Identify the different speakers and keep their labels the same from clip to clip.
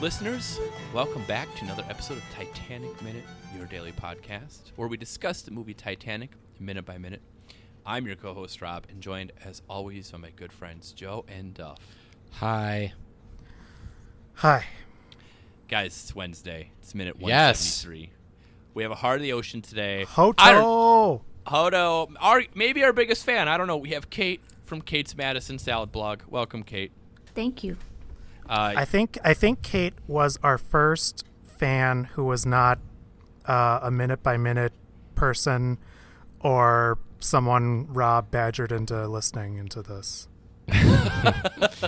Speaker 1: Listeners, welcome back to another episode of Titanic Minute, your daily podcast, where we discuss the movie Titanic minute by minute. I'm your co host, Rob, and joined as always by my good friends, Joe and Duff.
Speaker 2: Hi.
Speaker 3: Hi.
Speaker 1: Guys, it's Wednesday. It's minute
Speaker 2: Yes.
Speaker 1: 173. We have a Heart of the Ocean today. I don't-
Speaker 3: Hoto.
Speaker 1: Hodo, our, maybe our biggest fan. I don't know. We have Kate from Kate's Madison Salad Blog. Welcome, Kate.
Speaker 4: Thank you.
Speaker 1: Uh,
Speaker 3: I think I think Kate was our first fan who was not uh, a minute by minute person or someone Rob badgered into listening into this.
Speaker 1: uh,
Speaker 4: yeah.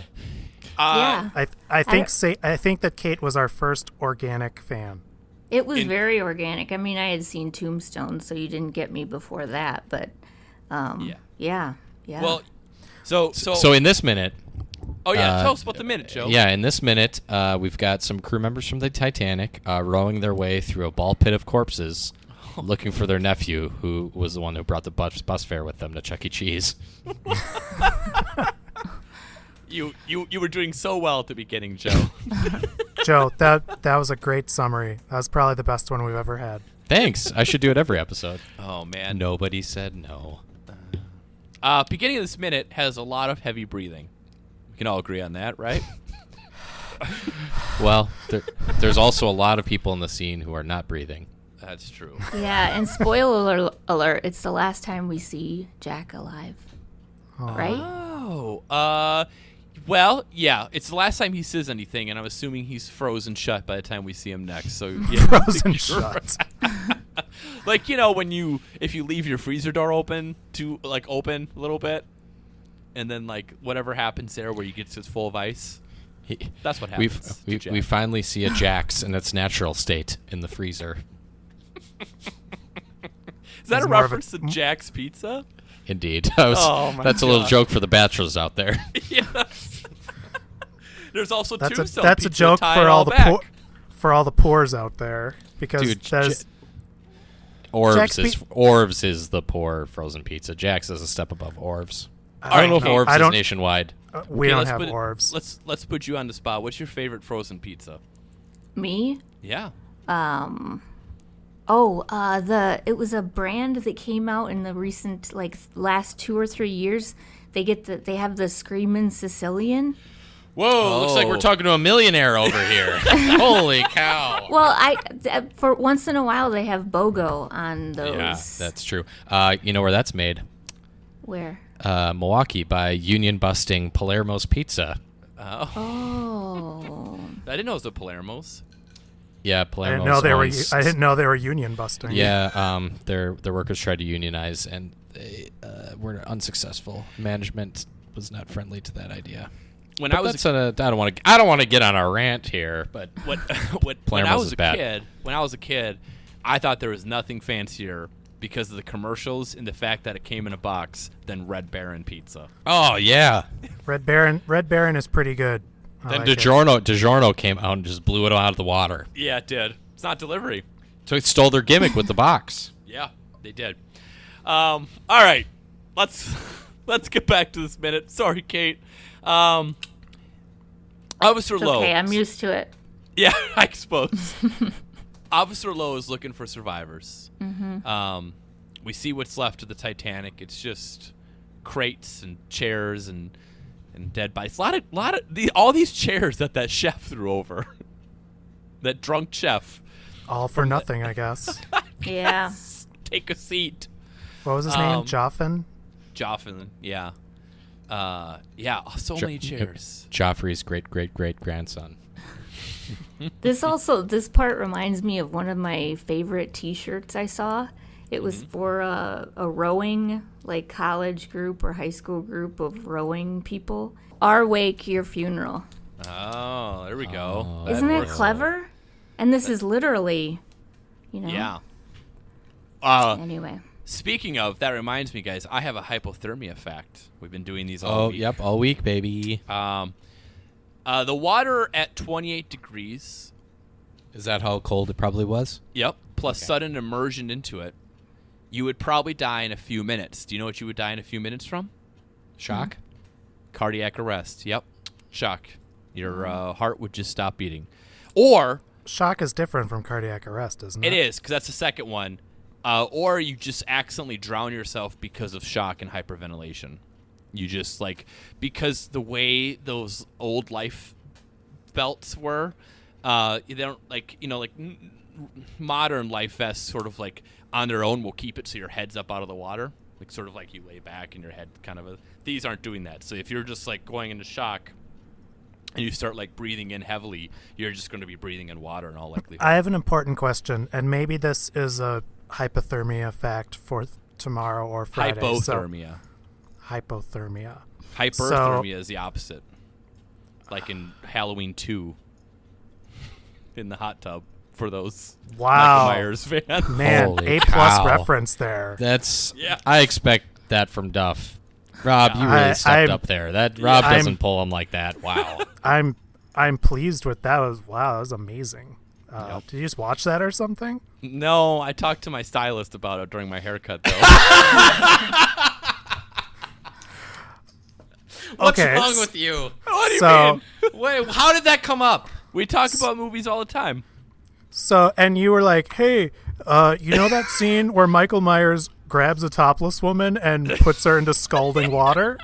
Speaker 3: I I think
Speaker 4: don't-
Speaker 3: say I think that Kate was our first organic fan.
Speaker 4: It was
Speaker 1: in-
Speaker 4: very organic. I mean, I had seen Tombstone, so you didn't get me before that, but um,
Speaker 1: Yeah.
Speaker 4: yeah. yeah. Yeah.
Speaker 1: well, so, so,
Speaker 2: So, in this minute,
Speaker 1: oh, yeah,
Speaker 2: uh,
Speaker 1: tell us about the minute, Joe.
Speaker 2: yeah, in this minute, uh, we've got some crew members from the Titanic uh, rowing their way through a ball pit of corpses, looking for their nephew, who was the one who brought the bus, bus fare with them to Chuck E. Cheese.
Speaker 1: You, you, you were doing so well at the beginning, Joe.
Speaker 3: Joe, that that was a great summary. That was probably the best one we've ever had.
Speaker 2: Thanks. I should do it every episode.
Speaker 1: oh, man.
Speaker 2: And nobody said no.
Speaker 1: Uh, beginning of this minute has a lot of heavy breathing. We can all agree on that, right?
Speaker 2: Well, there, there's also a lot of people in the scene who are not breathing.
Speaker 1: That's true.
Speaker 4: yeah, and spoiler alert, it's the last time we see Jack alive. Right?
Speaker 1: Oh, uh, well, yeah. It's the last time he says anything, and I'm assuming he's frozen shut by the time we see him next. So yeah, I
Speaker 3: Frozen
Speaker 1: think you're
Speaker 3: shut.
Speaker 1: right. like you know, when you if you leave your freezer door open to like open a little bit, and then like whatever happens there where you get it's full of ice.
Speaker 2: He-
Speaker 1: That's what
Speaker 2: We've,
Speaker 1: happens. to
Speaker 2: we,
Speaker 1: Jack.
Speaker 2: we finally see a Jax in its natural state in the freezer.
Speaker 1: Is that a
Speaker 3: He's more of a-
Speaker 1: reference to Jack's Pizza?
Speaker 2: Indeed. I was-
Speaker 1: Oh, my
Speaker 2: that's a little
Speaker 1: God.
Speaker 2: joke for the bachelors out there.
Speaker 1: yes. There's also
Speaker 3: That's a
Speaker 1: tombstone.
Speaker 3: that's a
Speaker 1: pizza to
Speaker 3: joke
Speaker 1: tie
Speaker 3: for
Speaker 1: it
Speaker 3: all the
Speaker 1: back.
Speaker 3: poor for all the poors out there because
Speaker 2: Dude,
Speaker 3: there's
Speaker 2: J- Orv's
Speaker 3: Jack's
Speaker 2: is
Speaker 3: pi-
Speaker 2: Orv's is the poor frozen pizza. Jack's is a step above Orv's. I
Speaker 1: Alright,
Speaker 2: don't know if
Speaker 1: Kate.
Speaker 2: Orv's
Speaker 3: I
Speaker 2: is
Speaker 3: don't-
Speaker 2: nationwide.
Speaker 3: uh, we
Speaker 1: Okay,
Speaker 3: don't
Speaker 1: let's
Speaker 3: have
Speaker 1: put it-
Speaker 3: orbs.
Speaker 1: Let's let's put you on the spot. What's your favorite frozen pizza?
Speaker 4: Me?
Speaker 1: Yeah.
Speaker 4: Oh, uh, the it was a brand that came out in the recent like last 2 or 3 years. They get the they have the Screamin' Sicilian.
Speaker 2: Whoa! Looks like
Speaker 1: Oh.
Speaker 2: we're talking to a millionaire over here. Holy cow!
Speaker 4: Well, I th- for once in a while they have BOGO on those.
Speaker 2: Yeah, that's true. Uh, you know where that's made?
Speaker 4: where.
Speaker 2: Uh, Milwaukee by union busting Palermo's Pizza.
Speaker 1: Oh,
Speaker 4: Oh.
Speaker 1: I didn't know it was the Palermo's.
Speaker 2: Yeah,
Speaker 3: I
Speaker 2: Palermo's.
Speaker 3: didn't know they were
Speaker 2: owns-
Speaker 3: I didn't know they were union busting.
Speaker 2: Yeah, um, their their workers tried to unionize and they uh, were unsuccessful. Management was not friendly to that idea.
Speaker 1: When
Speaker 2: But
Speaker 1: I was
Speaker 2: that's a, I don't want to I don't want to get on a rant here, but
Speaker 1: a, when, when, when
Speaker 2: Palermo's
Speaker 1: I was
Speaker 2: is
Speaker 1: a
Speaker 2: bad.
Speaker 1: kid, when I was a kid, I thought there was nothing fancier because of the commercials and the fact that it came in a box than Red Baron pizza.
Speaker 2: oh yeah.
Speaker 3: Red Baron Red Baron is pretty good. I
Speaker 2: Then
Speaker 3: like it.
Speaker 2: DiGiorno DiGiorno came out and just blew it out of the water.
Speaker 1: Yeah, it did. It's not delivery.
Speaker 2: So it stole their gimmick with the box.
Speaker 1: Yeah, they did. Um, all right, let's let's get back to this minute. Sorry, Kate. Um, Officer
Speaker 4: It's
Speaker 1: Lowe.
Speaker 4: okay, I'm used to it.
Speaker 1: Yeah, I suppose. Officer Lowe is looking for survivors.
Speaker 4: Mm-hmm.
Speaker 1: Um, we see what's left of the Titanic. It's just crates and chairs and and dead bodies. A lot of lot of the, all these chairs that that chef threw over. that drunk chef.
Speaker 3: All for nothing, I guess.
Speaker 4: Yeah.
Speaker 1: Take a seat.
Speaker 3: What was his
Speaker 1: Um,
Speaker 3: name? Joffin?
Speaker 1: Joffin, yeah. Uh, yeah, so
Speaker 2: Jo-
Speaker 1: many chairs.
Speaker 2: Joffrey's great great great grandson.
Speaker 4: This also this part reminds me of one of my favorite T-shirts I saw. It was for a, a rowing like college group or high school group of rowing people. Our wake, your funeral.
Speaker 1: Oh, there we go.
Speaker 4: Isn't it clever? And this is literally, you know.
Speaker 1: Yeah. Uh,
Speaker 4: Anyway,
Speaker 1: Speaking of, that reminds me, guys, I have a hypothermia fact. We've been doing these all
Speaker 2: Oh
Speaker 1: week.
Speaker 2: yep, all week, baby.
Speaker 1: Um, Uh, the water at 28 degrees.
Speaker 2: Is that how cold it probably was?
Speaker 1: Yep. Plus sudden immersion into it. You would probably die in a few minutes. Do you know what you would die in a few minutes from? Mm-hmm.
Speaker 2: Shock.
Speaker 1: Cardiac arrest. Yep. Shock. Your uh, heart would just stop beating. Or
Speaker 3: Shock is different from cardiac arrest, isn't it?
Speaker 1: It is because that's the second one. Uh, or you just accidentally drown yourself because of shock and hyperventilation. You just like because the way those old life belts were, uh, they don't like you know like n- n- modern life vests sort of like on their own will keep it so your head's up out of the water, like sort of like you lay back and your head kind of. A, these aren't doing that. So if you're just like going into shock. And you start like breathing in heavily, you're just going to be breathing in water in all likelihood.
Speaker 3: I have an important question, and maybe this is a hypothermia fact for th- tomorrow or Friday.
Speaker 1: Hypothermia.
Speaker 3: So, hypothermia.
Speaker 1: Hyperthermia is the opposite. Like in Halloween 2 in the hot tub for those
Speaker 3: Wow.
Speaker 1: Michael Myers fans.
Speaker 3: Man,
Speaker 2: Holy
Speaker 3: A plus
Speaker 2: cow.
Speaker 3: reference there.
Speaker 2: That's.
Speaker 1: Yeah.
Speaker 2: I expect that from Duff. Rob, you really
Speaker 3: I-
Speaker 2: stepped
Speaker 3: I'm-
Speaker 2: up there. That Rob
Speaker 3: I'm-
Speaker 2: doesn't pull him like that. Wow.
Speaker 3: I'm I'm pleased with that. It was wow, that was amazing. Uh,
Speaker 1: Yep.
Speaker 3: Did you just watch that or something?
Speaker 1: No, I talked to my stylist about it during my haircut, though. What's
Speaker 3: Okay,
Speaker 1: wrong
Speaker 3: s-
Speaker 1: with you? What do
Speaker 3: so-
Speaker 1: you mean? Wait, how did that come up? We talk about movies all the time.
Speaker 3: So and you were like, hey, uh, you know that scene where Michael Myers grabs a topless woman and puts her into scalding water?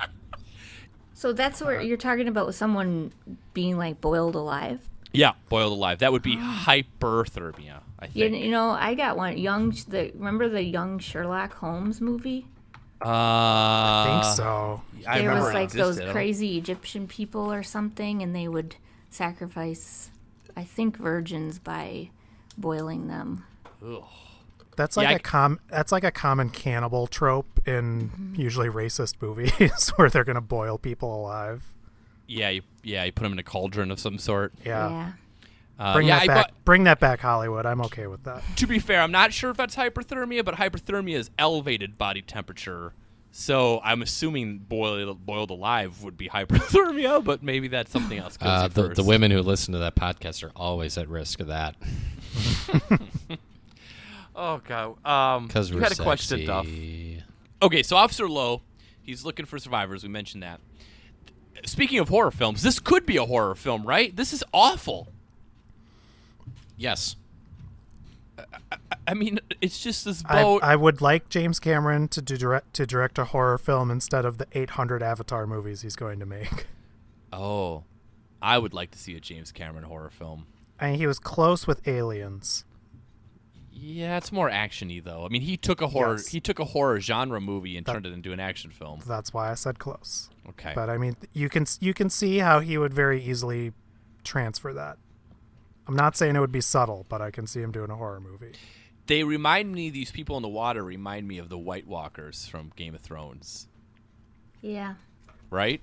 Speaker 4: So that's where you're talking about someone being like boiled alive.
Speaker 1: Yeah, boiled alive. That would be hyperthermia, I
Speaker 4: You,
Speaker 1: think.
Speaker 4: you know, I got one young. The remember the young Sherlock Holmes movie?
Speaker 1: Uh,
Speaker 3: I think
Speaker 1: I
Speaker 3: so.
Speaker 1: I
Speaker 4: there
Speaker 1: remember
Speaker 4: was
Speaker 1: it
Speaker 4: like those
Speaker 1: existed. I don't-
Speaker 4: crazy Egyptian people or something, and they would sacrifice, I think, virgins by boiling them.
Speaker 3: That's
Speaker 1: Yeah,
Speaker 3: like
Speaker 1: I
Speaker 3: a
Speaker 1: c-
Speaker 3: com. That's like a common cannibal trope in usually racist movies, where they're gonna boil people alive.
Speaker 1: Yeah, you, yeah, you put them in a cauldron of some sort.
Speaker 3: Yeah,
Speaker 1: Uh,
Speaker 3: bring
Speaker 1: yeah,
Speaker 3: that
Speaker 1: I
Speaker 3: back.
Speaker 1: bu-
Speaker 3: bring that back, Hollywood. I'm okay with that.
Speaker 1: to be fair, I'm not sure if that's hyperthermia, but hyperthermia is elevated body temperature. So I'm assuming boiled boiled alive would be hyperthermia, but maybe that's something else. Cozy
Speaker 2: Uh, the,
Speaker 1: first.
Speaker 2: the women who listen to that podcast are always at risk of that.
Speaker 1: Oh god. Um,
Speaker 2: Because
Speaker 1: you
Speaker 2: we're
Speaker 1: had a
Speaker 2: sexy.
Speaker 1: question, Duff. Okay, so Officer Lowe, he's looking for survivors. We mentioned that. Speaking of horror films, this could be a horror film, right? This is awful.
Speaker 2: Yes.
Speaker 1: I mean, it's just this
Speaker 3: I,
Speaker 1: boat.
Speaker 3: I would like James Cameron to do direct to direct a horror film instead of the 800 Avatar movies he's going to make.
Speaker 1: oh, I would like to see a James Cameron horror film.
Speaker 3: I mean, he was close with Aliens.
Speaker 1: Yeah, it's more actiony though. I mean, he took a horror
Speaker 3: Yes.
Speaker 1: he took a horror genre movie and turned it into an action film.
Speaker 3: That's why I said close.
Speaker 1: Okay.
Speaker 3: But I mean, you can you can see how he would very easily transfer that. I'm not saying it would be subtle, but I can see him doing a horror movie.
Speaker 1: They remind me these people in the water remind me of the White Walkers from Game of Thrones,
Speaker 4: Yeah.
Speaker 1: right?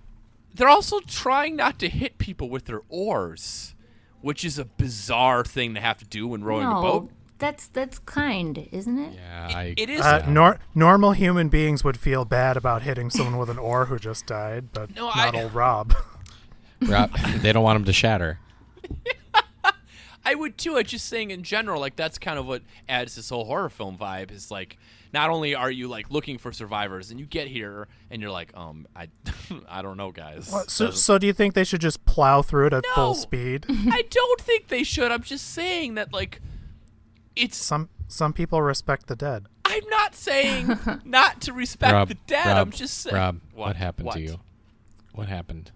Speaker 1: They're also trying not to hit people with their oars, which is a bizarre thing to have to do when rowing a boat.
Speaker 4: that's that's kind, isn't it?
Speaker 2: Yeah. I,
Speaker 1: It is
Speaker 3: Uh,
Speaker 2: Yeah.
Speaker 3: nor- normal human beings would feel bad about hitting someone with an oar who just died, but
Speaker 1: No,
Speaker 3: not
Speaker 1: I-
Speaker 3: old Rob.
Speaker 2: Rob, they don't want him to shatter.
Speaker 1: I would too. I just saying in general, like that's kind of what adds this whole horror film vibe. Is like not only are you like looking for survivors, and you get here and you're like, um, I, I don't know, guys.
Speaker 3: so, so do you think they should just plow through it at
Speaker 1: No.
Speaker 3: full speed?
Speaker 1: I don't think they should. I'm just saying that like it's.
Speaker 3: some some people respect the dead.
Speaker 1: I'm not saying not to respect
Speaker 2: Rob,
Speaker 1: the dead.
Speaker 2: Rob,
Speaker 1: I'm just saying.
Speaker 2: Rob, what, happened to you? What happened?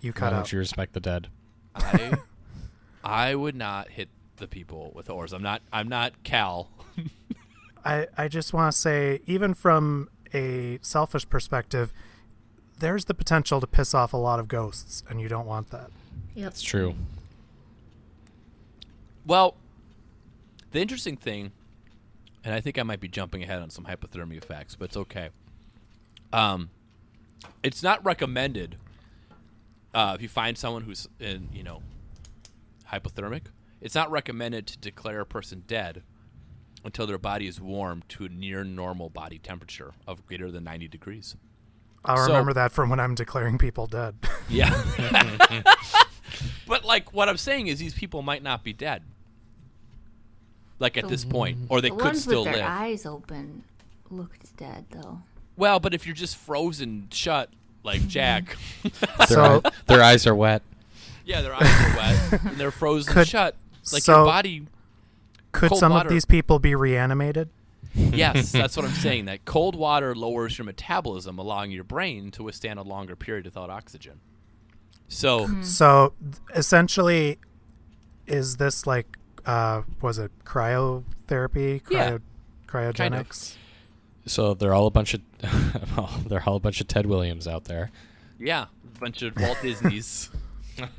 Speaker 3: You
Speaker 2: Why
Speaker 3: cut
Speaker 2: don't
Speaker 3: out.
Speaker 2: you respect the dead?
Speaker 1: I, I would not hit the people with oars. I'm not. I'm not Cal.
Speaker 3: I, I just want to say, even from a selfish perspective, there's the potential to piss off a lot of ghosts, and you don't want that.
Speaker 4: Yep.
Speaker 2: It's true.
Speaker 1: Well, the interesting thing, and I think I might be jumping ahead on some hypothermia facts, but it's okay. Um, it's not recommended uh, if you find someone who's in, you know, hypothermic. It's not recommended to declare a person dead until their body is warm to a near normal body temperature of greater than 90 degrees.
Speaker 3: I'll
Speaker 1: So-
Speaker 3: remember that from when I'm declaring people dead.
Speaker 1: Yeah. like what I'm saying is these people might not be dead. Like at this point, or they
Speaker 4: the
Speaker 1: could
Speaker 4: ones
Speaker 1: still
Speaker 4: with their
Speaker 1: live.
Speaker 4: eyes open looked dead though.
Speaker 1: Well, but if you're just frozen shut like Jack,
Speaker 2: Their,
Speaker 3: So-
Speaker 2: eye- their eyes are wet.
Speaker 1: yeah, their eyes are wet and they're frozen
Speaker 3: Could-
Speaker 1: shut. Like
Speaker 3: so-
Speaker 1: your body.
Speaker 3: Could
Speaker 1: Cold
Speaker 3: some
Speaker 1: water.
Speaker 3: of these people be reanimated?
Speaker 1: Yes, that's what I'm saying. That cold water lowers your metabolism, allowing your brain to withstand a longer period without oxygen. So
Speaker 4: Hmm.
Speaker 3: So th- essentially, is this like uh, was it cryotherapy? Cryo-
Speaker 1: Yeah.
Speaker 3: Cryogenics.
Speaker 1: Kind of.
Speaker 2: So they're all a bunch of well, they're all a bunch of Ted Williams out there.
Speaker 1: yeah, a bunch of Walt Disney's.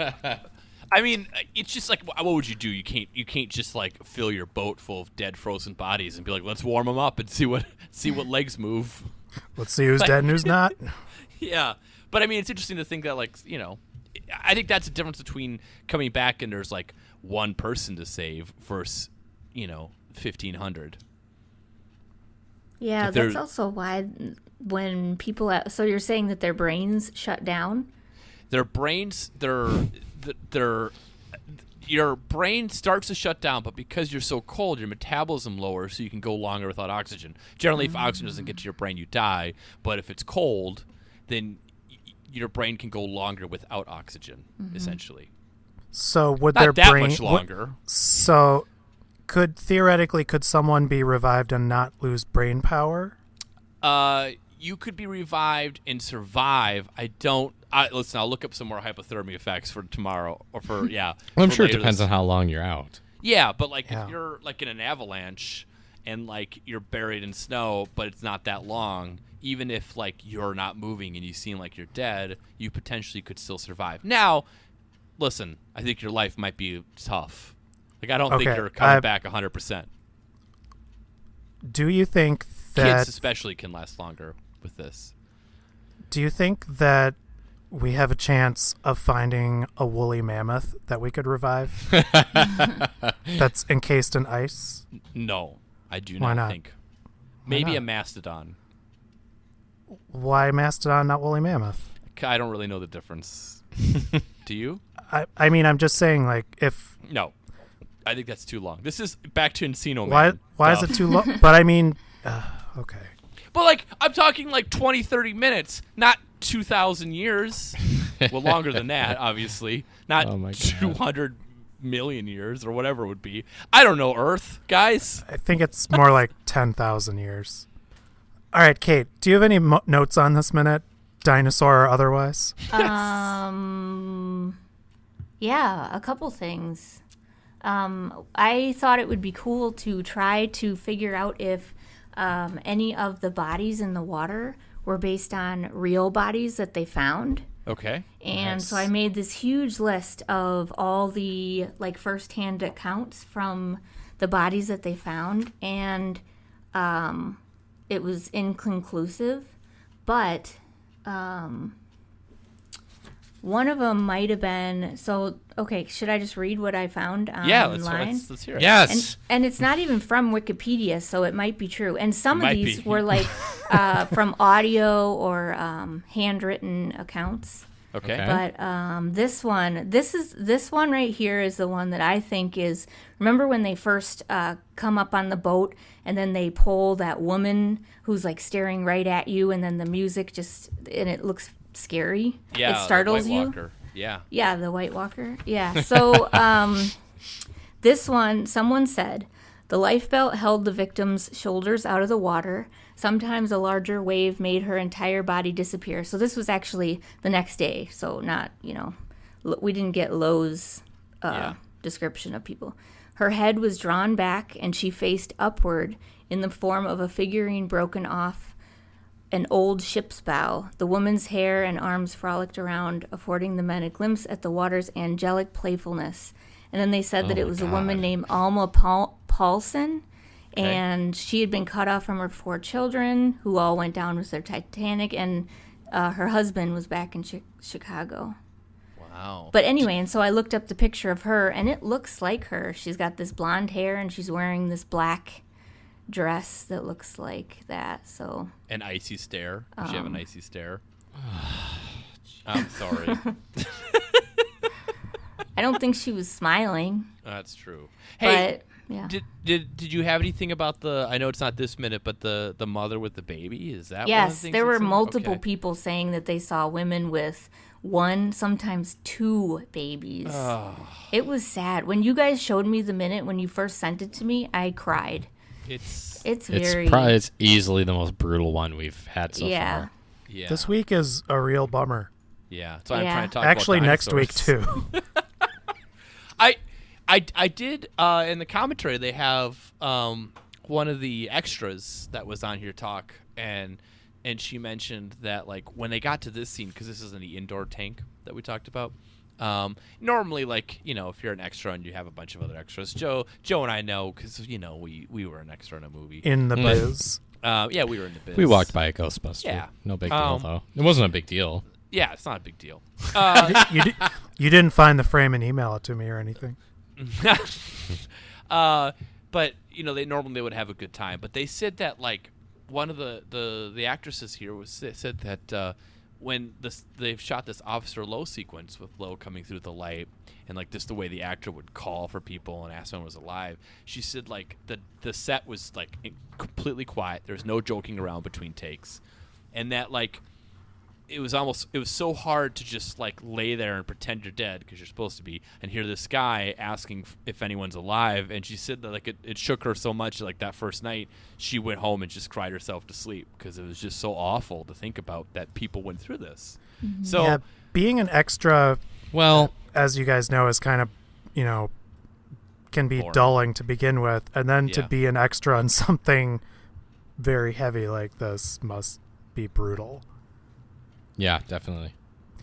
Speaker 1: I mean, it's just like, wh- what would you do? You can't, you can't just like fill your boat full of dead frozen bodies and be like, let's warm them up and see what, see what legs move.
Speaker 3: Let's see who's dead and who's not.
Speaker 1: Yeah, but I mean, it's interesting to think that, like, you know, I think that's the difference between coming back and there's like one person to save versus, you know, fifteen hundred.
Speaker 4: Yeah,
Speaker 1: If
Speaker 4: that's
Speaker 1: they're-
Speaker 4: also why when people so you're saying that their brains shut down.
Speaker 1: Their brains, their, th- their, your brain starts to shut down, but because you're so cold, your metabolism lowers, so you can go longer without oxygen. Generally, if oxygen doesn't get to your brain, you die. But if it's cold, then y- y- your brain can go longer without oxygen, essentially.
Speaker 3: So would
Speaker 1: Not
Speaker 3: their
Speaker 1: that
Speaker 3: brain
Speaker 1: much
Speaker 3: would-
Speaker 1: longer.
Speaker 3: So could theoretically could someone be revived and not lose brain power?
Speaker 1: Uh, you could be revived and survive. I don't. I, listen, I'll look up some more hypothermia facts for tomorrow or for yeah.
Speaker 2: Well, I'm
Speaker 1: for
Speaker 2: sure it
Speaker 1: later
Speaker 2: depends
Speaker 1: this-
Speaker 2: on how long you're out.
Speaker 1: Yeah, but like
Speaker 3: Yeah.
Speaker 1: if you're like in an avalanche and like you're buried in snow, but it's not that long. Even if like you're not moving and you seem like you're dead, you potentially could still survive. Now, listen, I think your life might be tough. Like I don't think
Speaker 3: Okay,
Speaker 1: you're coming
Speaker 3: I-
Speaker 1: back 100. percent
Speaker 3: Do you think that
Speaker 1: Kids especially can last longer with this.
Speaker 3: do you think that we have a chance of finding a woolly mammoth that we could revive that's encased in ice?
Speaker 1: No, I do
Speaker 3: Why
Speaker 1: not,
Speaker 3: not?
Speaker 1: think. Maybe a
Speaker 3: not?
Speaker 1: mastodon.
Speaker 3: Why mastodon, not woolly mammoth?
Speaker 1: K- I don't really know the difference. Do you?
Speaker 3: I, I mean, I'm just saying, like, if
Speaker 1: No, I think that's too long. This is back to Encino
Speaker 3: why
Speaker 1: Man.
Speaker 3: why is it too long? But I mean, uh, okay,
Speaker 1: But like, I'm talking like 20, 30 minutes, not 2,000 years. well, longer than that, obviously. Not
Speaker 2: Oh my God.
Speaker 1: 200 million years or whatever it would be. I don't know, Earth, guys.
Speaker 3: I think it's more like ten thousand years. All right, Kate, do you have any mo- notes on this minute, dinosaur or otherwise?
Speaker 4: Um yeah, a couple things. Um I thought it would be cool to try to figure out if um, any of the bodies in the water were based on real bodies that they found.
Speaker 1: Okay.
Speaker 4: And so I made this huge list of all the like firsthand accounts from the bodies that they found, and um, it was inconclusive. But um, one of them might have been. So okay, should I just read what I found online?
Speaker 1: Yeah, let's, let's let's hear it.
Speaker 2: Yes.
Speaker 4: And it's not even from Wikipedia, so it might be true. And some of
Speaker 1: Might
Speaker 4: these
Speaker 1: be.
Speaker 4: were like uh, from audio or um, handwritten accounts.
Speaker 1: Okay.
Speaker 2: Okay.
Speaker 4: But um, this one, this is this one right here is the one that I think is. Remember when they first uh, come up on the boat, and then they pull that woman who's like staring right at you, and then the music just and it looks scary.
Speaker 1: Yeah.
Speaker 4: it
Speaker 1: the
Speaker 4: startles
Speaker 1: White
Speaker 4: you.
Speaker 1: Walker. Yeah.
Speaker 4: Yeah, the White Walker. Yeah. So um, this one, someone said the life belt held the victim's shoulders out of the water. Sometimes a larger wave made her entire body disappear. So this was actually the next day. So not, you know, l- we didn't get Lowe's uh,
Speaker 1: Yeah.
Speaker 4: description of people. Her head was drawn back and she faced upward in the form of a figurine broken off an old ship's bow. The woman's hair and arms frolicked around, affording the men a glimpse at the water's angelic playfulness. And then they said that it was a woman named Alma Paul- Paulson, and she had been cut off from her four children, who all went down with their Titanic, and uh, her husband was back in chi- Chicago.
Speaker 1: Wow.
Speaker 4: But anyway, and so I looked up the picture of her, and it looks like her. She's got this blonde hair, and she's wearing this black dress that looks like that. So
Speaker 1: An icy stare. Did you have
Speaker 4: Um.
Speaker 1: an icy stare? I'm sorry.
Speaker 4: I don't think she was smiling,
Speaker 1: That's true. Hey,
Speaker 4: but yeah.
Speaker 1: did, did did you have anything about the? I know it's not this minute, but the the mother with the baby is that? one of the
Speaker 4: Yes,
Speaker 1: things
Speaker 4: there
Speaker 1: that's
Speaker 4: were
Speaker 1: in it?
Speaker 4: multiple
Speaker 1: Okay.
Speaker 4: people saying that they saw women with one, sometimes two babies. It was sad. When you guys showed me the minute when you first sent it to me, I cried.
Speaker 1: It's
Speaker 4: It's
Speaker 2: It's
Speaker 4: very
Speaker 2: probably it's easily the most brutal one we've had so
Speaker 4: yeah.
Speaker 2: far.
Speaker 1: yeah,
Speaker 3: This week is a real bummer.
Speaker 1: yeah. So I'm
Speaker 4: Yeah.
Speaker 1: trying to talk
Speaker 3: Actually,
Speaker 1: about
Speaker 3: next week
Speaker 1: dinosaurs.
Speaker 3: too.
Speaker 1: I, I, I did uh, in the commentary. They have um, one of the extras that was on here talk, and and she mentioned that like when they got to this scene because this is in the indoor tank that we talked about. Um, normally, like you know, if you're an extra and you have a bunch of other extras, Joe, Joe and I know because you know we we were an extra in a movie.
Speaker 3: in the
Speaker 2: Mm.
Speaker 3: biz.
Speaker 1: uh, yeah, we were in the biz.
Speaker 2: We walked by a Ghostbuster.
Speaker 1: Yeah.
Speaker 2: No big deal
Speaker 1: Um,
Speaker 2: though. It wasn't a big deal.
Speaker 1: Yeah, it's not a big deal. Uh,
Speaker 3: you, di- you didn't find the frame and email it to me or anything.
Speaker 1: uh, but you know, they normally they would have a good time. But they said that like one of the the, the actresses here was said that uh, when this they've shot this Officer Lowe sequence with Lowe coming through the light and like just the way the actor would call for people and ask someone was alive. She said like the the set was like in- completely quiet. There was no joking around between takes, and that like it was almost it was so hard to just like lay there and pretend you're dead because you're supposed to be and hear this guy asking f- if anyone's alive and she said that like it, it shook her so much like that first night she went home and just cried herself to sleep because it was just so awful to think about that people went through this so
Speaker 3: Yeah, being an extra,
Speaker 2: Well,
Speaker 3: as you guys know, is kind of, you know, can be
Speaker 1: Boring.
Speaker 3: dulling to begin with, and then to
Speaker 1: Yeah.
Speaker 3: be an extra on something very heavy like this must be brutal.
Speaker 2: yeah, definitely.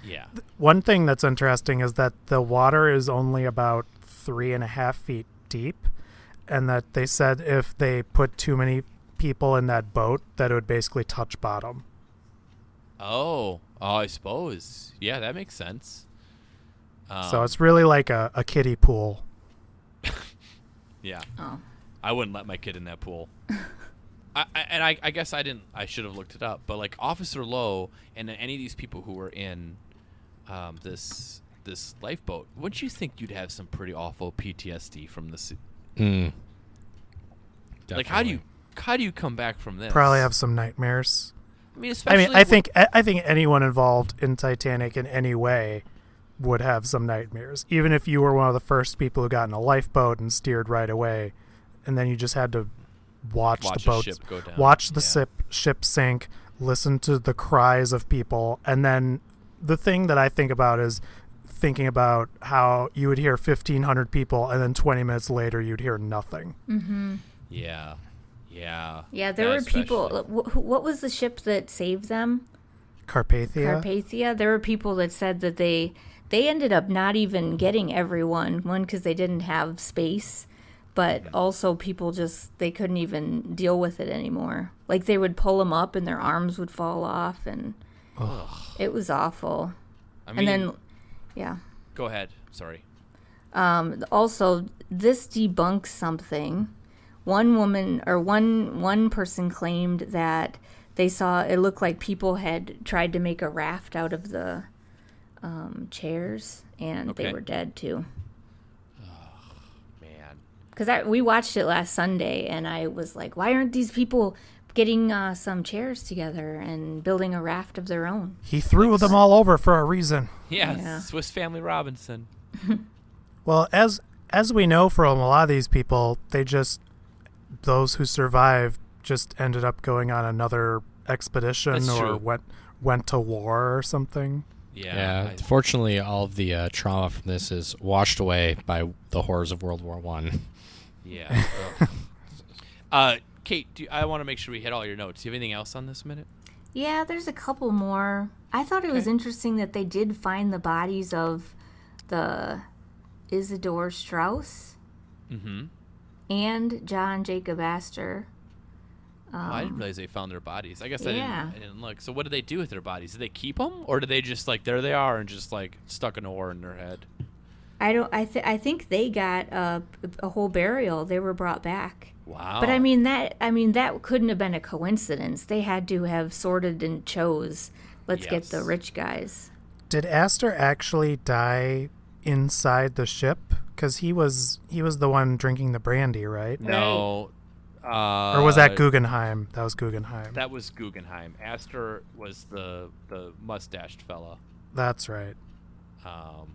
Speaker 1: yeah
Speaker 3: One thing that's interesting is that the water is only about three and a half feet deep, and that they said if they put too many people in that boat, that it would basically touch bottom.
Speaker 1: oh oh i suppose yeah that makes sense um,
Speaker 3: so it's really like a, a kiddie pool.
Speaker 1: yeah
Speaker 4: Oh.
Speaker 1: I wouldn't let my kid in that pool. I, I, and I, I guess I didn't. I should have looked it up. But like Officer Lowe and then any of these people who were in um, this this lifeboat, wouldn't you think you'd have some pretty awful PTSD from this?
Speaker 2: Mm.
Speaker 1: Like how do you
Speaker 2: Definitely.
Speaker 1: how do you come back from this?
Speaker 3: Probably have some nightmares.
Speaker 1: I mean,
Speaker 3: I
Speaker 1: especially.
Speaker 3: mean, I
Speaker 1: with-
Speaker 3: think I I think anyone involved in Titanic in any way would have some nightmares, even if you were one of the first people who got in a lifeboat and steered right away, and then you just had to watch,
Speaker 1: Watch a
Speaker 3: the boat,
Speaker 1: ship go down,
Speaker 3: watch the
Speaker 1: yeah.
Speaker 3: ship ship sink, listen to the cries of people, and then the thing that I think about is thinking about how you would hear 1500 people and then 20 minutes later you'd hear nothing
Speaker 1: Mm. Yeah. Yeah.
Speaker 4: Yeah, there
Speaker 1: Yeah,
Speaker 4: were people.
Speaker 1: especially.
Speaker 4: wh- wh- What was the ship that saved them?
Speaker 3: carpathia
Speaker 4: Carpathia. There were people that said that they they ended up not even getting everyone one because they didn't have space, but also people just they couldn't even deal with it anymore. Like they would pull them up and their arms would fall off, and it was awful.
Speaker 1: I mean,
Speaker 4: and then, yeah.
Speaker 1: go ahead. Sorry.
Speaker 4: also this debunks something one woman or one one person claimed that they saw it looked like people had tried to make a raft out of the um, chairs and
Speaker 1: Okay.
Speaker 4: they were dead too
Speaker 1: Man.
Speaker 4: because we watched it last sunday and i was like why aren't these people getting uh, some chairs together and building a raft of their own
Speaker 3: he threw them all over for a reason
Speaker 1: Yeah.
Speaker 4: Yeah.
Speaker 1: Swiss Family Robinson.
Speaker 3: Well, as as we know from a lot of these people, they just those who survived just ended up going on another expedition
Speaker 1: That's
Speaker 3: or
Speaker 1: true.
Speaker 3: went went to war or something.
Speaker 1: Yeah.
Speaker 2: Yeah,
Speaker 1: I-
Speaker 2: fortunately, all of the uh, trauma from this is washed away by the horrors of World War One.
Speaker 1: Yeah. ugh. uh, Kate, do you, I want to make sure we hit all your notes. Do you have anything else on this minute?
Speaker 4: Yeah, there's a couple more. I thought it was interesting that they did find the bodies of the Isidore Strauss
Speaker 1: Mm-hmm.
Speaker 4: and John Jacob Astor.
Speaker 1: I didn't realize they found their bodies. I guess I,
Speaker 4: Um, Yeah.
Speaker 1: didn't, I didn't look. So what did they do with their bodies? Did they keep them, or did they just like there they are and just like stuck an oar in their head?
Speaker 4: I don't. I th- I think they got a, a whole burial. They were brought back.
Speaker 1: Wow.
Speaker 4: But I mean that. I mean that couldn't have been a coincidence. They had to have sorted and chose. Let's get the
Speaker 1: Yes.
Speaker 4: rich guys.
Speaker 3: Did Astor actually die inside the ship? Because he was he was the one drinking the brandy, right?
Speaker 1: No. Uh,
Speaker 3: Or was that Guggenheim? That was Guggenheim.
Speaker 1: That was Guggenheim. Astor was the the mustached fella.
Speaker 3: That's right.
Speaker 1: Um,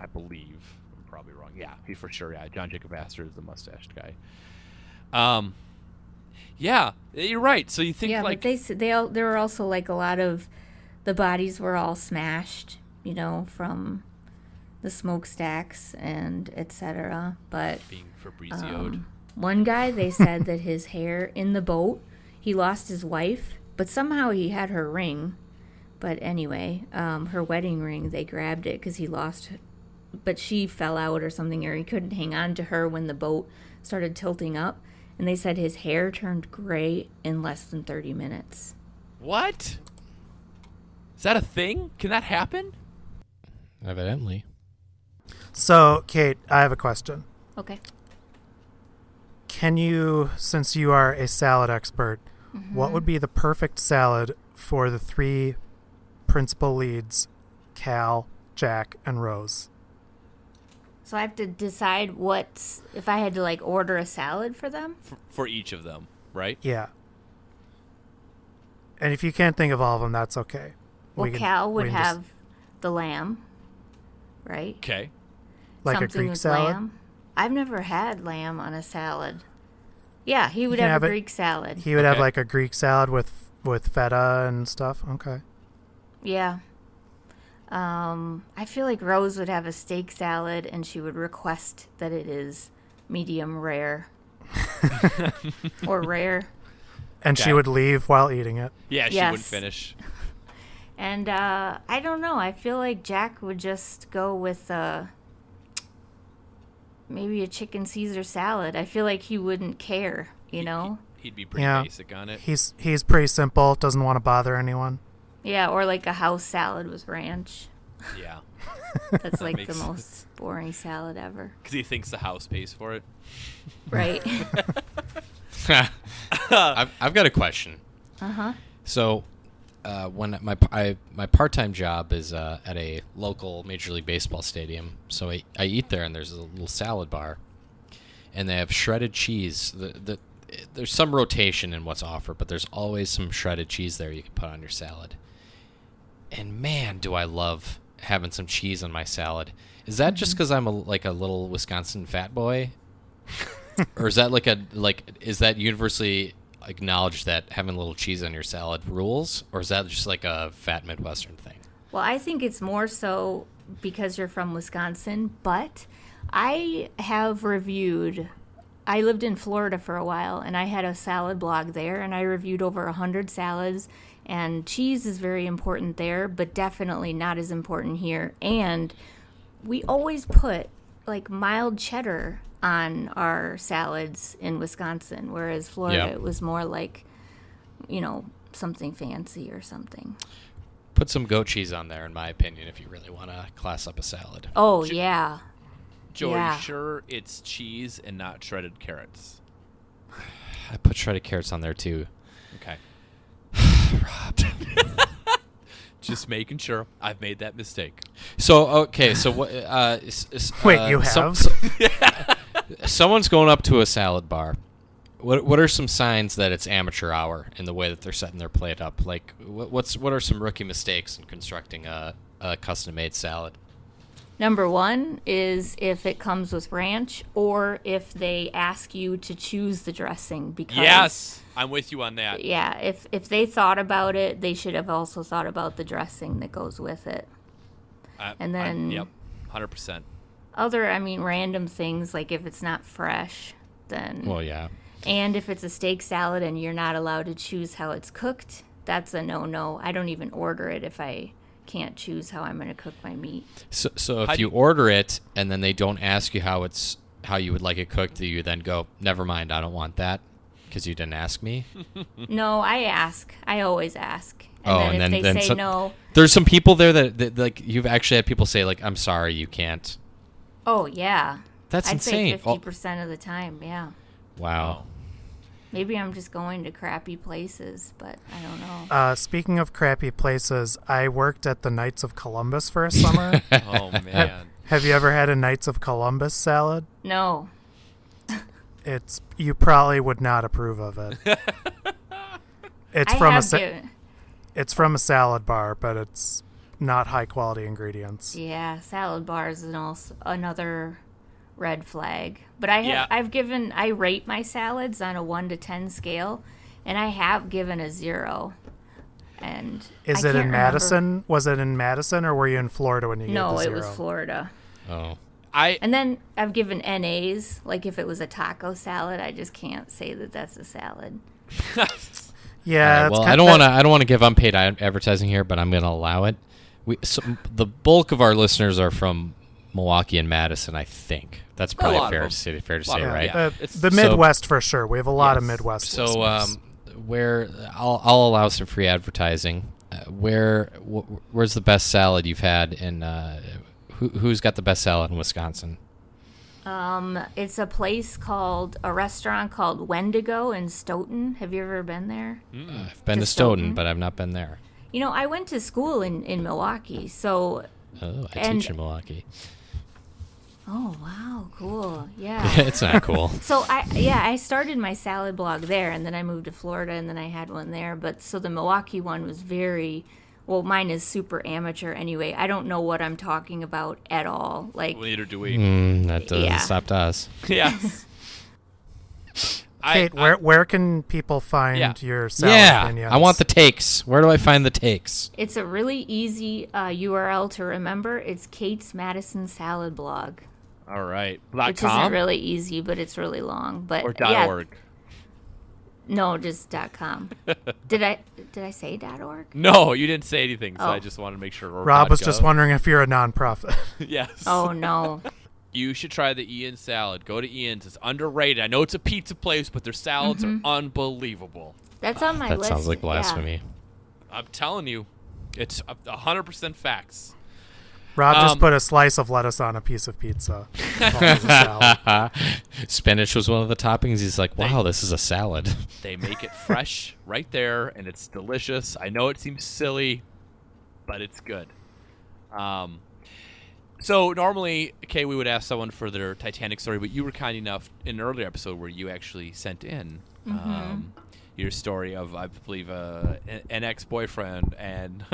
Speaker 1: I believe. I'm probably wrong. Yeah, he for sure. Yeah, John Jacob Astor is the mustached guy. Um, yeah, you're right. So you think
Speaker 4: yeah,
Speaker 1: like
Speaker 4: but they s- they all, there were also like a lot of the bodies were all smashed, you know, from the smokestacks and etc. But
Speaker 1: being Fabrizio'd.
Speaker 4: um, one guy, they said that his hair in the boat, he lost his wife, but somehow he had her ring. But anyway, um, her wedding ring, they grabbed it because he lost, but she fell out or something, or he couldn't hang on to her when the boat started tilting up. And they said his hair turned gray in less than 30 minutes.
Speaker 1: what? Is that a thing? Can that happen?
Speaker 2: Evidently.
Speaker 3: So, Kate, I have a question.
Speaker 4: Okay.
Speaker 3: Can you, since you are a salad expert,
Speaker 4: Mm-hmm.
Speaker 3: what would be the perfect salad for the three principal leads, Cal, Jack, and Rose?
Speaker 4: So I have to decide what's, if I had to like order a salad for them?
Speaker 1: For, for each of them, right?
Speaker 3: Yeah. And if you can't think of all of them, that's okay.
Speaker 4: Well,
Speaker 3: can-
Speaker 4: Cal would
Speaker 3: we can just-
Speaker 4: have the lamb, right?
Speaker 1: Okay.
Speaker 3: like a
Speaker 4: Something
Speaker 3: Greek
Speaker 4: with
Speaker 3: salad.
Speaker 4: Lamb. I've never had lamb on a salad. Yeah, he would
Speaker 3: can have
Speaker 4: have, a
Speaker 3: it-
Speaker 4: Greek salad.
Speaker 3: He would have
Speaker 1: Okay.
Speaker 3: like a Greek salad with with feta and stuff. Okay.
Speaker 4: yeah. Um, I feel like Rose would have a steak salad, and she would request that it is medium rare or rare.
Speaker 3: And
Speaker 1: Okay.
Speaker 3: she would leave while eating it.
Speaker 1: Yeah, she wouldn't
Speaker 4: Yes.
Speaker 1: finish.
Speaker 4: And uh, I don't know. I feel like Jack would just go with uh, maybe a chicken Caesar salad. I feel like he wouldn't care, you know?
Speaker 1: He'd be pretty
Speaker 3: Yeah.
Speaker 1: basic on it.
Speaker 3: He's he's pretty simple. Doesn't want to bother anyone.
Speaker 4: Yeah, or like a house salad with ranch.
Speaker 1: Yeah.
Speaker 4: That's like the
Speaker 1: makes sense.
Speaker 4: most boring salad ever.
Speaker 1: Because he thinks the house pays for it.
Speaker 4: Right.
Speaker 2: I've, I've got a question.
Speaker 4: uh huh.
Speaker 2: So, uh, when my p- I, my part time job is uh, at a local Major League Baseball stadium, so I, I eat there, and there's a little salad bar, and they have shredded cheese. The, the, there's some rotation in what's offered, but there's always some shredded cheese there you can put on your salad. And man, do I love having some cheese on my salad. Is that just because I'm a, like a little Wisconsin fat boy or is that like a like is that universally acknowledged that having a little cheese on your salad rules or is that just like a fat midwestern thing
Speaker 4: Well, I think it's more so because you're from Wisconsin, but I have reviewed. I lived in Florida for a while and I had a salad blog there and I reviewed over 100 salads and cheese is very important there, but definitely not as important here. And we always put like mild cheddar on our salads in Wisconsin, whereas Florida
Speaker 2: Yeah.
Speaker 4: it was more like, you know, something fancy or something.
Speaker 2: put some goat cheese on there in my opinion if you really want to class up a salad
Speaker 4: Oh, yeah.
Speaker 1: Joe, are
Speaker 4: Yeah.
Speaker 1: you sure it's cheese and not shredded carrots?
Speaker 2: i put shredded carrots on there too
Speaker 1: Okay. Just making sure I've made that mistake.
Speaker 2: so okay so what uh, s- s-
Speaker 3: Wait,
Speaker 2: uh,
Speaker 3: you
Speaker 2: some-
Speaker 3: have?
Speaker 2: so- someone's going up to a salad bar what, what are some signs that it's amateur hour in the way that they're setting their plate up like what, what's what are some rookie mistakes in constructing a, a custom made salad
Speaker 4: Number one is if it comes with ranch or if they ask you to choose the dressing because
Speaker 1: Yes, I'm with you on that.
Speaker 4: Yeah, if if they thought about it, they should have also thought about the dressing that goes with it.
Speaker 1: I-
Speaker 4: And
Speaker 1: Uh, I'm-
Speaker 4: then-
Speaker 1: yep, hundred percent.
Speaker 4: Other, I mean, random things like if it's not fresh, then
Speaker 2: well yeah
Speaker 4: and if it's a steak salad and you're not allowed to choose how it's cooked, that's a no-no. I don't even order it if I can't choose how I'm going to cook my meat.
Speaker 2: So, so if
Speaker 1: How do
Speaker 2: you
Speaker 1: you-
Speaker 2: order it and then they don't ask you how it's how you would like it cooked, do you then go, "Never mind, I don't want that," because you didn't ask me?
Speaker 4: No, I ask. I always ask. And
Speaker 2: Oh,
Speaker 4: then
Speaker 2: and
Speaker 4: if
Speaker 2: then-
Speaker 4: they
Speaker 2: then
Speaker 4: say
Speaker 2: some-
Speaker 4: no,
Speaker 2: There's some people there that, that like you've actually had people say like, "I'm sorry, you can't."
Speaker 4: Oh yeah.
Speaker 2: That's
Speaker 4: I'd
Speaker 2: insane. Oh.
Speaker 4: say fifty percent of the time, yeah.
Speaker 2: Wow.
Speaker 4: Maybe I'm just going to crappy places, but I don't know.
Speaker 3: Uh, speaking of crappy places, I worked at the Knights of Columbus for a summer.
Speaker 1: Oh man.
Speaker 3: Have you ever had a Knights of Columbus salad?
Speaker 4: No.
Speaker 3: It's you probably would not approve of it. It's
Speaker 4: I
Speaker 3: from a
Speaker 4: have
Speaker 3: sa-
Speaker 4: given-
Speaker 3: it's from a salad bar, but it's not high quality ingredients.
Speaker 4: Yeah, salad bars is also another red flag. But I have,
Speaker 1: Yeah.
Speaker 4: I've given I rate my salads on a one to ten scale, and I have given a zero. And
Speaker 3: Is
Speaker 4: I
Speaker 3: it
Speaker 4: can't
Speaker 3: in
Speaker 4: remember-
Speaker 3: Madison? Was it in Madison or were you in Florida when you
Speaker 4: No,
Speaker 3: gave the
Speaker 4: it
Speaker 3: zero?
Speaker 4: was Florida.
Speaker 2: Oh,
Speaker 1: I
Speaker 4: And then I've given NAs. Like if it was a taco salad, I just can't say that that's a salad.
Speaker 3: Yeah,
Speaker 2: Alright,
Speaker 3: it's
Speaker 2: well,
Speaker 3: kind
Speaker 2: I don't
Speaker 3: that-
Speaker 2: want to. I don't want to give unpaid ad- advertising here, but I'm going to allow it. We so, the bulk of our listeners are from Milwaukee and Madison. I think that's probably
Speaker 1: lot of
Speaker 2: fair
Speaker 1: them.
Speaker 2: to say. Fair to
Speaker 1: Lot
Speaker 2: say,
Speaker 1: of them,
Speaker 2: right?
Speaker 1: yeah.
Speaker 3: Uh,
Speaker 1: It's-
Speaker 3: the
Speaker 2: so-
Speaker 3: Midwest for sure. We have a lot of Midwest.
Speaker 2: So,
Speaker 3: listeners.
Speaker 2: um, where I'll, I'll allow some free advertising. Uh, where wh- where's the best salad you've had? And uh, who, who's got the best salad in Wisconsin?
Speaker 4: Um, it's a place called a restaurant called Wendigo in Stoughton. Have you ever been there?
Speaker 1: Hmm.
Speaker 2: Uh, I've been to
Speaker 4: Just
Speaker 2: Stoughton,
Speaker 4: Stoughton.
Speaker 2: but I've not been there.
Speaker 4: You know, I went to school in in Milwaukee, so
Speaker 2: Oh, I
Speaker 4: And-
Speaker 2: teach in Milwaukee.
Speaker 4: Oh wow, cool. Yeah.
Speaker 2: it's not cool.
Speaker 4: so I yeah, I started my salad blog there and then I moved to Florida and then I had one there, but so the Milwaukee one was very well, mine is super amateur anyway. I don't know what I'm talking about at all. Like
Speaker 1: neither do we.
Speaker 2: Mm, that doesn't
Speaker 4: Yeah.
Speaker 2: stop to us.
Speaker 1: Yes. I-
Speaker 3: Kate,
Speaker 1: I-
Speaker 3: where where can people find
Speaker 1: Yeah.
Speaker 3: your salad
Speaker 2: yeah,
Speaker 3: opinions?
Speaker 2: I want the takes. Where do I find the takes?
Speaker 4: it's a really easy uh, URL to remember. It's Kate's Madison Salad Blog,
Speaker 1: all right. Dot
Speaker 4: which
Speaker 1: com
Speaker 4: isn't really easy, but it's really long. But
Speaker 1: or dot
Speaker 4: yeah,
Speaker 1: org.
Speaker 4: No, just dot com. did I did I say dot org?
Speaker 1: No, you didn't say anything, so I
Speaker 4: Oh.
Speaker 1: just wanted to make sure. or
Speaker 3: Rob
Speaker 1: dot
Speaker 3: was just
Speaker 1: gov.
Speaker 3: wondering if you're a nonprofit.
Speaker 1: yes.
Speaker 4: Oh no.
Speaker 1: You should try the Ian salad. Go to Ian's. It's underrated. I know it's a pizza place, but their salads
Speaker 4: Mm-hmm.
Speaker 1: are unbelievable.
Speaker 4: That's on my
Speaker 2: That
Speaker 4: list.
Speaker 2: sounds like
Speaker 4: Yeah.
Speaker 2: blasphemy.
Speaker 1: I'm telling you, it's a- a hundred percent facts.
Speaker 3: Rob
Speaker 1: Um,
Speaker 3: just put a slice of lettuce on a piece of pizza. Called it a salad.
Speaker 2: Spinach was one of the toppings. He's like, wow, this is a salad.
Speaker 1: They make it fresh right there, and it's delicious. I know it seems silly, but it's good. Um, so normally, okay, we would ask someone for their Titanic story, but you were kind enough in an earlier episode where you actually sent in um, your story of, I believe, uh, an- an ex-boyfriend and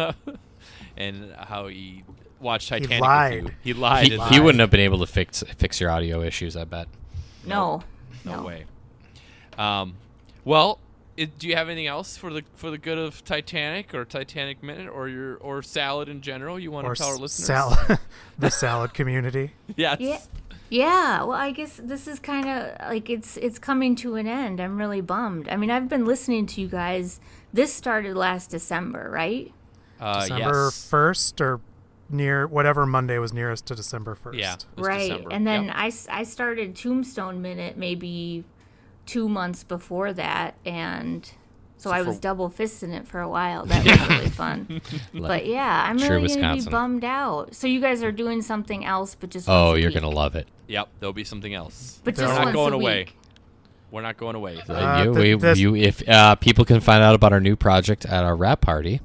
Speaker 1: and how he watched Titanic. with
Speaker 3: lied.
Speaker 1: you. He lied.
Speaker 2: he,
Speaker 1: and-
Speaker 2: he wouldn't have been able to fix fix your audio issues. I bet.
Speaker 4: No.
Speaker 1: No, way. Um, well, it, do you have anything else for the for the good of Titanic or Titanic Minute or your or salad in general? You want
Speaker 3: or
Speaker 1: to tell our
Speaker 3: s-
Speaker 1: listeners?
Speaker 3: salad, the salad community.
Speaker 1: Yes.
Speaker 4: Yeah. Yeah, well, I guess this is kind of like it's it's coming to an end. I'm really bummed. I mean, I've been listening to you guys. This started last December, right?
Speaker 1: Uh,
Speaker 3: December
Speaker 1: yes.
Speaker 3: first or near whatever Monday was nearest to December first.
Speaker 1: Yeah. it was
Speaker 4: right.
Speaker 1: December.
Speaker 4: And then
Speaker 1: Yep.
Speaker 4: I s I I, started Tombstone Minute maybe 2 months before that and so, I
Speaker 1: for-
Speaker 4: was double fisting it for a while. That was really fun. But yeah, I'm
Speaker 2: Sure,
Speaker 4: really going to be
Speaker 2: Wisconsin.
Speaker 4: bummed out. So you guys are doing something else but just
Speaker 2: oh,
Speaker 4: once a
Speaker 2: you're
Speaker 4: week.
Speaker 2: gonna love it.
Speaker 1: Yep. There'll be something else.
Speaker 4: But
Speaker 1: We're
Speaker 4: just
Speaker 1: not
Speaker 4: once
Speaker 1: going
Speaker 4: a
Speaker 1: away.
Speaker 4: week.
Speaker 1: We're not going away.
Speaker 3: Uh,
Speaker 2: you,
Speaker 3: th-
Speaker 2: we,
Speaker 3: this-
Speaker 2: you, if uh, people can find out about our new project at our rap party,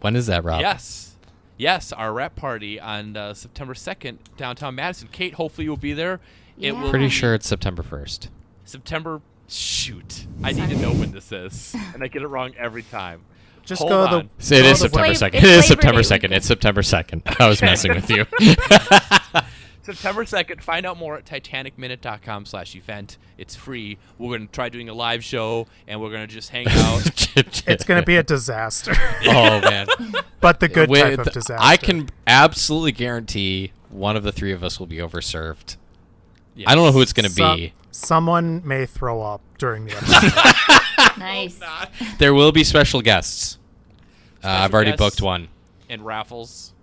Speaker 2: when is that, Rob?
Speaker 1: Yes. Yes, our rap party on uh, September 2nd, downtown Madison. Kate, hopefully you'll be there. It
Speaker 4: Yeah.
Speaker 1: will
Speaker 2: Pretty
Speaker 1: be
Speaker 2: sure it's September first.
Speaker 1: September shoot. I need to know when this is. And I get it wrong every time.
Speaker 3: Just
Speaker 1: Hold
Speaker 3: go
Speaker 1: on.
Speaker 3: to the
Speaker 2: So it is
Speaker 4: the
Speaker 2: September
Speaker 4: flavor-
Speaker 2: second.
Speaker 4: it's
Speaker 2: It is
Speaker 4: Labor
Speaker 2: September
Speaker 4: Day
Speaker 2: second.
Speaker 4: weekend.
Speaker 2: It's September second. I was messing with you.
Speaker 1: September 2nd. Find out more at titanicminute.com slash event. It's free. We're going to try doing a live show, and we're going to just hang out.
Speaker 3: It's going to be a disaster,
Speaker 2: Oh man,
Speaker 3: but the good type
Speaker 2: With-
Speaker 3: of disaster.
Speaker 2: I can absolutely guarantee one of the three of us will be overserved.
Speaker 1: Yes.
Speaker 2: I don't know who it's going to
Speaker 3: So-
Speaker 2: be.
Speaker 3: someone may throw up during the episode.
Speaker 4: Nice.
Speaker 2: There will be special guests. Uh, I've
Speaker 1: Special
Speaker 2: already
Speaker 1: guests.
Speaker 2: booked one.
Speaker 1: And raffles.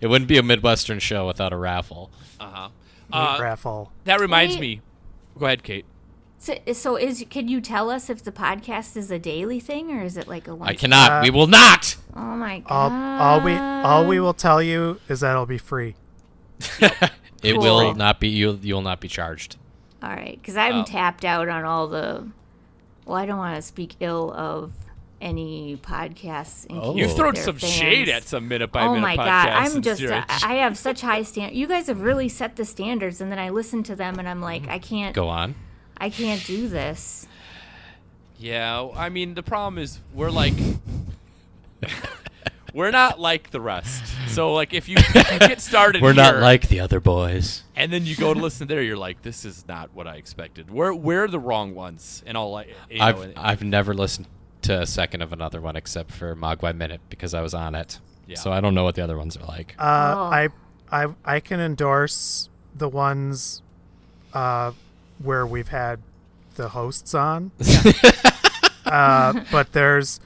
Speaker 2: It wouldn't be a Midwestern show without a raffle.
Speaker 1: Uh-huh.
Speaker 3: Meat
Speaker 1: Uh,
Speaker 3: raffle.
Speaker 1: that reminds
Speaker 4: Wait.
Speaker 1: me. Go ahead, Kate.
Speaker 4: So, so is can you tell us if the podcast is a daily thing or is it like a one?
Speaker 2: I cannot. we will not.
Speaker 4: Oh my
Speaker 3: All,
Speaker 4: god.
Speaker 3: all we all we will tell you is that it'll be free.
Speaker 2: It
Speaker 4: Cool.
Speaker 2: will not be. You. You will not be charged.
Speaker 4: All right, because I'm
Speaker 1: Oh.
Speaker 4: tapped out on all the. Well, I don't want to speak ill of any podcasts. In
Speaker 2: Oh.
Speaker 4: case
Speaker 1: You've
Speaker 2: Cool.
Speaker 1: thrown
Speaker 4: they're
Speaker 1: some
Speaker 4: fans.
Speaker 1: shade at some minute by
Speaker 4: oh
Speaker 1: minute
Speaker 4: my
Speaker 1: podcasts.
Speaker 4: god, I'm
Speaker 1: since
Speaker 4: just
Speaker 1: you're-
Speaker 4: I I have such high stand. You guys have really set the standards, and then I listen to them, and I'm
Speaker 1: Mm-hmm.
Speaker 4: like, I can't,
Speaker 2: Go on.
Speaker 4: I can't do this.
Speaker 1: Yeah, I mean the problem is we're like we're not like the rest. So like if you, if you get started
Speaker 2: We're not
Speaker 1: here
Speaker 2: like the other boys.
Speaker 1: and then you go to listen there you're like this is not what I expected. We're we're the wrong ones and all I you know,
Speaker 2: I've
Speaker 1: and-
Speaker 2: I've never listened to a second of another one except for Mogwai Minute because I was on it.
Speaker 1: Yeah.
Speaker 2: So I don't know what the other ones are like.
Speaker 3: Uh,
Speaker 4: Oh.
Speaker 3: I, I, I can endorse the ones uh, where we've had the hosts on, uh, but there's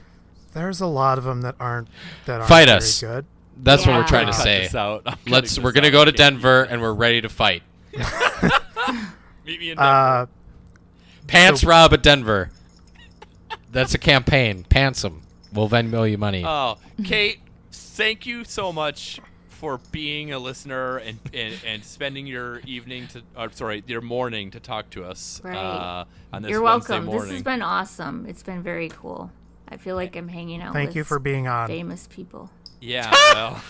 Speaker 3: there's a lot of them that aren't that aren't
Speaker 2: Fight
Speaker 3: very
Speaker 2: us.
Speaker 3: good.
Speaker 2: That's what
Speaker 4: Yeah.
Speaker 2: we're trying
Speaker 1: I'm gonna
Speaker 2: to
Speaker 1: cut
Speaker 2: say.
Speaker 1: this out. I'm cutting
Speaker 2: Let's
Speaker 1: this
Speaker 2: we're gonna
Speaker 1: out.
Speaker 2: go to
Speaker 1: Okay,
Speaker 2: Denver and we're ready to fight.
Speaker 1: Meet me in Denver.
Speaker 3: Uh,
Speaker 2: Pants
Speaker 3: So-
Speaker 2: Rob at Denver. That's a campaign. Pants him. We'll Venmo you money.
Speaker 1: Oh, Kate, thank you so much for being a listener and, and, and spending your evening to, or sorry, your morning to talk to us
Speaker 4: Right.
Speaker 1: uh, on this
Speaker 4: You're
Speaker 1: Wednesday
Speaker 4: welcome.
Speaker 1: morning.
Speaker 4: This has been awesome. It's been very cool. I feel like I'm hanging out.
Speaker 3: thank
Speaker 4: with
Speaker 3: you for being on.
Speaker 4: famous people.
Speaker 1: yeah. well.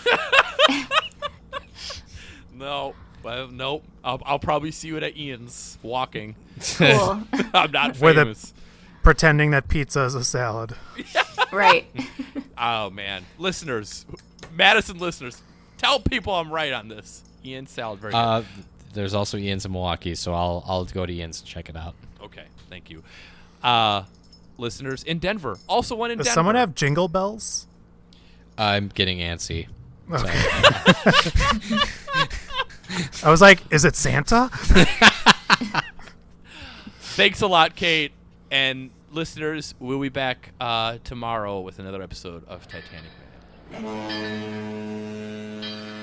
Speaker 1: no. Well, nope. I'll, I'll probably see you at Ian's walking.
Speaker 4: Cool.
Speaker 1: I'm not
Speaker 3: With a-
Speaker 1: famous.
Speaker 3: Pretending that pizza is a salad.
Speaker 4: right.
Speaker 1: Oh man, listeners, Madison listeners, tell people I'm right on this. Ian salad very. good.
Speaker 2: Uh, there's also Ian's in Milwaukee, so I'll I'll go to Ian's and check it out.
Speaker 1: Okay, thank you. Uh listeners in Denver. Also one in
Speaker 3: Does
Speaker 1: Denver.
Speaker 3: someone have jingle bells?
Speaker 2: I'm getting antsy. So-
Speaker 3: I was like, is it Santa?
Speaker 1: Thanks a lot, Kate. And listeners, we'll be back uh tomorrow with another episode of Titanic Man.
Speaker 5: Thank